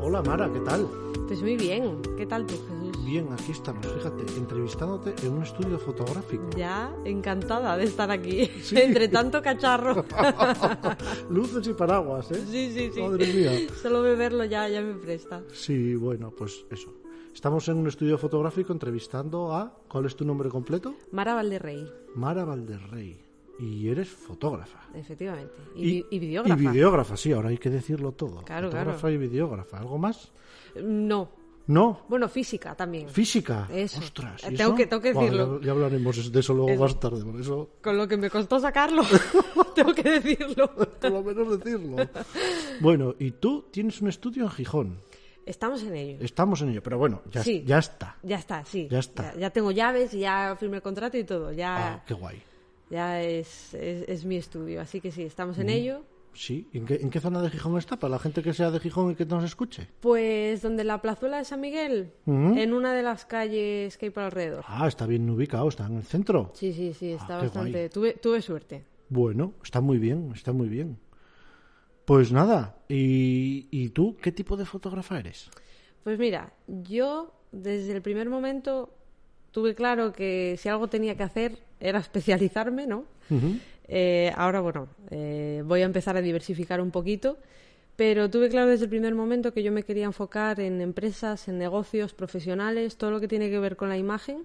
Hola Mara, ¿qué tal? Pues muy bien. ¿Qué tal tú, Jesús? Bien, aquí estamos, fíjate, entrevistándote en un estudio fotográfico. Ya encantada de estar aquí, Sí. entre tanto cacharro. Luces y paraguas, ¿eh? sí, sí, sí. Madre mía. Solo beberlo ya, ya me presta. Sí, bueno, pues eso. Estamos en un estudio fotográfico entrevistando a... ¿Cuál es tu nombre completo? Mara Valderrey, Mara Valderrey. Y eres fotógrafa. efectivamente. Y, vi- y videógrafa. Y videógrafa, sí, ahora hay que decirlo todo. Claro, fotógrafa claro. y videógrafa. ¿Algo más? No. No. Bueno, física también. Física. Eso. Ostras. Eh, ¿y tengo eso? que- tengo que Bueno, decirlo. ya, ya hablaremos de eso luego más tarde, por eso Con lo que me costó sacarlo, tengo que decirlo. por lo menos decirlo. Bueno, y tú tienes un estudio en Gijón. Estamos en ello. Estamos en ello, pero bueno, ya, Sí. ya está. Eh, Ya está, sí. Ya está. Ya, ya tengo llaves, ya firmé el contrato y todo. Ya, Ah, qué guay. ya es, es, es mi estudio. Así que sí, estamos en ello. Sí, ¿en qué, en qué zona de Gijón está? Para la gente que sea de Gijón y que nos escuche. Pues donde la plazuela de San Miguel, Ujú. en una de las calles que hay por alrededor. Ah, está bien ubicado, está en el centro. Sí, sí, sí, está Ah, qué guay. bastante. Tuve, tuve suerte. Bueno, está muy bien, está muy bien. Pues nada, ¿y, y tú qué tipo de fotógrafa eres? Pues mira, yo desde el primer momento tuve claro que si algo tenía que hacer era especializarme, ¿no? Ujú. Eh, ahora, bueno, eh, voy a empezar a diversificar un poquito, pero tuve claro desde el primer momento que yo me quería enfocar en empresas, en negocios, profesionales, todo lo que tiene que ver con la imagen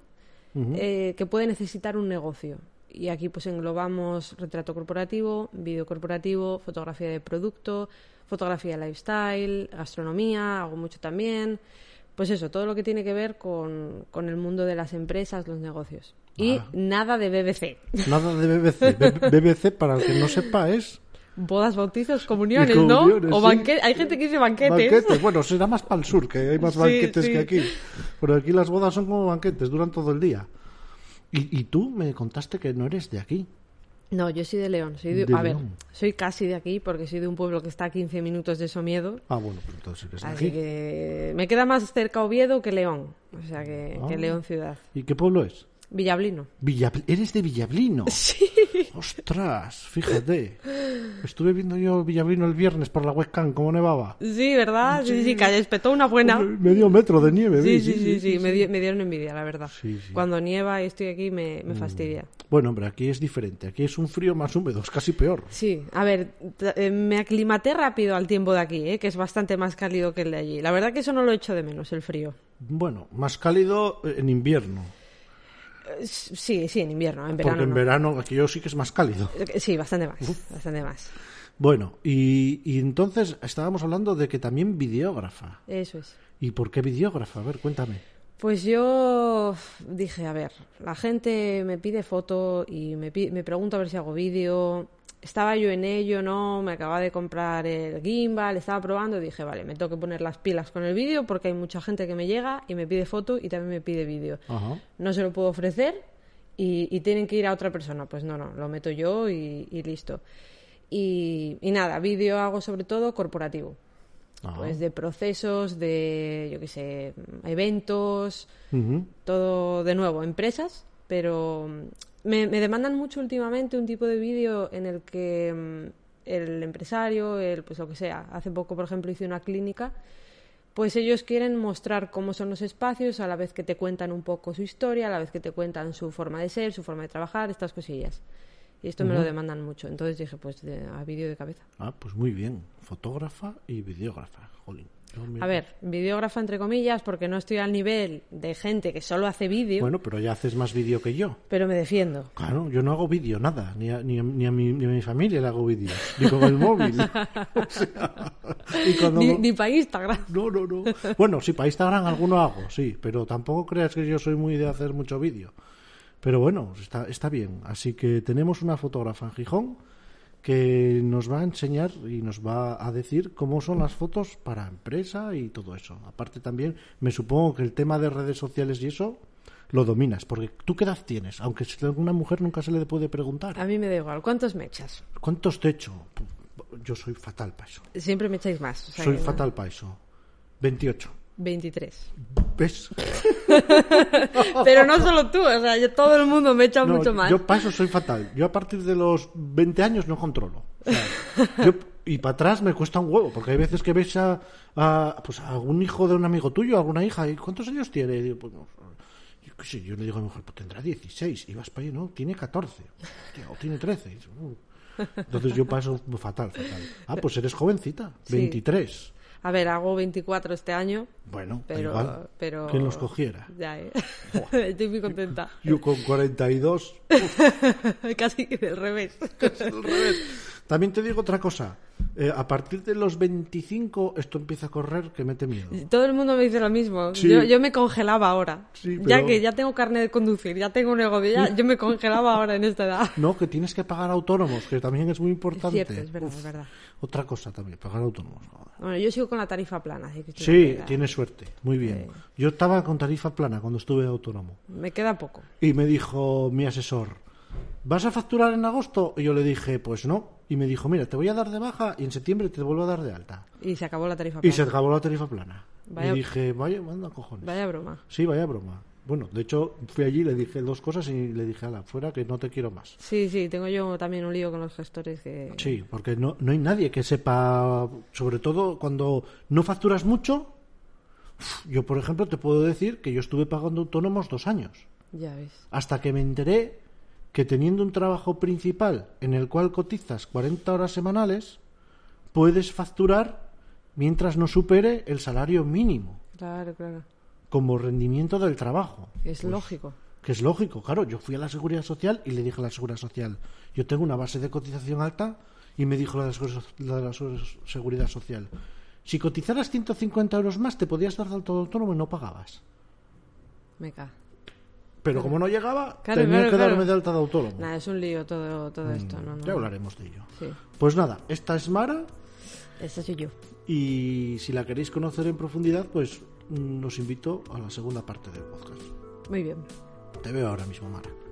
eh, que puede necesitar un negocio. Y aquí pues englobamos retrato corporativo, vídeo corporativo, fotografía de producto, fotografía lifestyle, gastronomía, hago mucho también. Pues eso, todo lo que tiene que ver con, con el mundo de las empresas, los negocios. Y Ah. nada de BBC. Nada de BBC. B- BBC, para el que no sepa, es... Bodas, bautizos, comuniones, comuniones, ¿no? O sí. banque- Hay gente que dice banquetes. Banquetes, bueno, será más para el sur, que hay más Sí, banquetes sí. que aquí. Pero aquí las bodas son como banquetes, duran todo el día. Y, y tú me contaste que no eres de aquí. No, yo soy de León. Soy de- De a ver, León. soy casi de aquí porque soy de un pueblo que está a 15 minutos de Somiedo. Ah, bueno, pues entonces eres de Así aquí. que me queda más cerca Oviedo que León. O sea que, Ah. que León ciudad. ¿Y qué pueblo es? Villablino. Villab- ¿Eres de Villablino? Sí. Ostras, fíjate. Estuve viendo yo Villablino el viernes por la webcam, cómo nevaba. Sí, ¿verdad? Sí, sí, sí, que espetó una buena. Medio metro de nieve. Sí, vi, sí, sí, sí, Me, di- me dieron envidia, la verdad. Sí, sí. Mm. Cuando nieva y estoy aquí me, me fastidia. Bueno, hombre, aquí es diferente. Aquí es un frío más húmedo, es casi peor. Sí, a ver, t- eh, me aclimaté rápido al tiempo de aquí, ¿eh? que es bastante más cálido que el de allí. La verdad que eso no lo echo de menos, el frío. Bueno, más cálido en invierno. Eh, s- Sí, sí, en invierno, en verano. Porque en no. verano aquí yo sí que es más cálido. Eh, Sí, bastante más, bastante más. Bueno, y, y entonces estábamos hablando de que también videógrafa. Eso es. ¿Y por qué videógrafa? A ver, cuéntame. Pues yo dije, a ver, la gente me pide foto y me, pi- me pregunta a ver si hago vídeo. Estaba yo en ello, ¿no? Me acababa de comprar el gimbal, estaba probando y dije, vale, me tengo que poner las pilas con el vídeo porque hay mucha gente que me llega y me pide foto y también me pide vídeo. Ajá. No se lo puedo ofrecer y, y tienen que ir a otra persona. Pues no, no, lo meto yo y, y listo. Y, y nada, vídeo hago sobre todo corporativo Ah. pues de procesos, de, yo qué sé, eventos, Ujú. todo de nuevo, empresas, pero mm, me, me demandan mucho últimamente un tipo de vídeo en el que mm, el empresario, el, pues lo que sea, hace poco, por ejemplo, hice una clínica, pues ellos quieren mostrar cómo son los espacios a la vez que te cuentan un poco su historia, a la vez que te cuentan su forma de ser, su forma de trabajar, estas cosillas. Y esto me lo demandan mucho. Entonces dije, pues de- a vídeo de cabeza. Ah, pues muy bien. Fotógrafa y videógrafa. Jolín. Yo me- A ver, videógrafa entre comillas, porque no estoy al nivel de gente que solo hace vídeo, Bueno, pero ya haces más vídeo que yo. pero me defiendo. Claro, yo no hago vídeo, nada. Ni a, ni a- ni a mi, ni a mi familia le hago vídeo. Ni con el móvil. O sea, y cuando- Ni, ni para Instagram. No, no, no. Bueno, sí, para Instagram alguno hago, sí. Pero tampoco creas que yo soy muy de hacer mucho vídeo. Pero bueno, está, está bien. Así que tenemos una fotógrafa en Gijón que nos va a enseñar y nos va a decir cómo son las fotos para empresa y todo eso. Aparte también, me supongo que el tema de redes sociales y eso lo dominas, porque tú qué edad tienes, aunque si a alguna mujer nunca se le puede A preguntar. mí me da igual. ¿Cuántos me echas? ¿Cuántos te echo? Pu- Yo soy fatal para eso. Siempre me echáis más. o sea Soy que no. fatal para eso. 28. 23. ¿Ves? Pero no solo tú, o sea, yo, todo el mundo me echa Oh. No, mucho más. Yo paso, soy fatal. Yo a partir de los 20 años no controlo. O sea, yo- y para atrás me cuesta un huevo, porque hay veces que ves a, a, pues, a algún hijo de un amigo tuyo, a alguna hija, ¿y cuántos años tiene? Y digo, pues, no, yo qué sé, yo le digo a mi mujer, pues tendrá 16, y vas para allá, no, tiene 14, Hostia, o tiene 13. Y dices, "Uh". Entonces yo paso fatal, fatal. Ah, pues eres jovencita, Sí. 23. A ver, hago 24 este año, Bueno, da pero... igual, pero... quien los cogiera. Ya, ¿eh? Estoy muy contenta. Yo con 42 Casi que del revés. Al revés. También te digo otra cosa. Eh, a partir de los 25 esto empieza a correr que mete miedo. Todo el mundo me dice lo mismo. Sí. Yo, yo me congelaba ahora. Sí, Ya pero- que ya tengo carnet de conducir, ya tengo un negocio, ya- yo me congelaba ahora en esta edad. No, que tienes que pagar autónomos, que también es muy Es importante. cierto, es verdad, Uf. es verdad. Otra cosa también, pagar autónomos. joder. Bueno, yo sigo con la tarifa plana. así que estoy Sí, tranquila. tienes suerte, muy bien. Yo estaba con tarifa plana cuando estuve autónomo. Me queda poco. Y me dijo mi asesor, ¿vas a facturar en agosto? Y yo le dije, pues no. Y me dijo, mira, te voy a dar de baja y en septiembre te vuelvo a dar de alta. Y se acabó la tarifa Y plana. se acabó la tarifa plana. Ah, Vaya- Y dije, vaya, manda cojones. Vaya broma. Sí, vaya broma. Bueno, de hecho, fui allí, le dije dos cosas y le dije a la fuera que no te quiero más. Sí, sí, tengo yo también un lío con los gestores que... Sí, porque no, no hay nadie que sepa, sobre todo cuando no facturas mucho. Uf, Yo, por ejemplo, te puedo decir que yo estuve pagando autónomos dos años, Ya ves. hasta que me enteré que teniendo un trabajo principal en el cual cotizas 40 horas semanales, puedes facturar mientras no supere el salario mínimo Claro, claro. como rendimiento del trabajo. Es lógico. Que es lógico, claro. Yo fui a la Seguridad Social y le dije a la Seguridad Social, yo tengo una base de cotización alta y me dijo la de la, Seguridad So- la de la Segu- Seguridad Social, si cotizaras 150 euros más te podías dar de alto autónomo y no pagabas. Me caga. Pero como no llegaba, Claro, tenía claro, que claro. darme de alta de autónomo. Nada, es un lío todo, todo esto. No, no. Mm, Ya hablaremos de ello. Sí. Pues nada, esta es Mara Esa soy yo. y si la queréis conocer en profundidad, pues mm, os invito a la segunda parte del podcast. Muy bien. Te veo ahora mismo, Mara.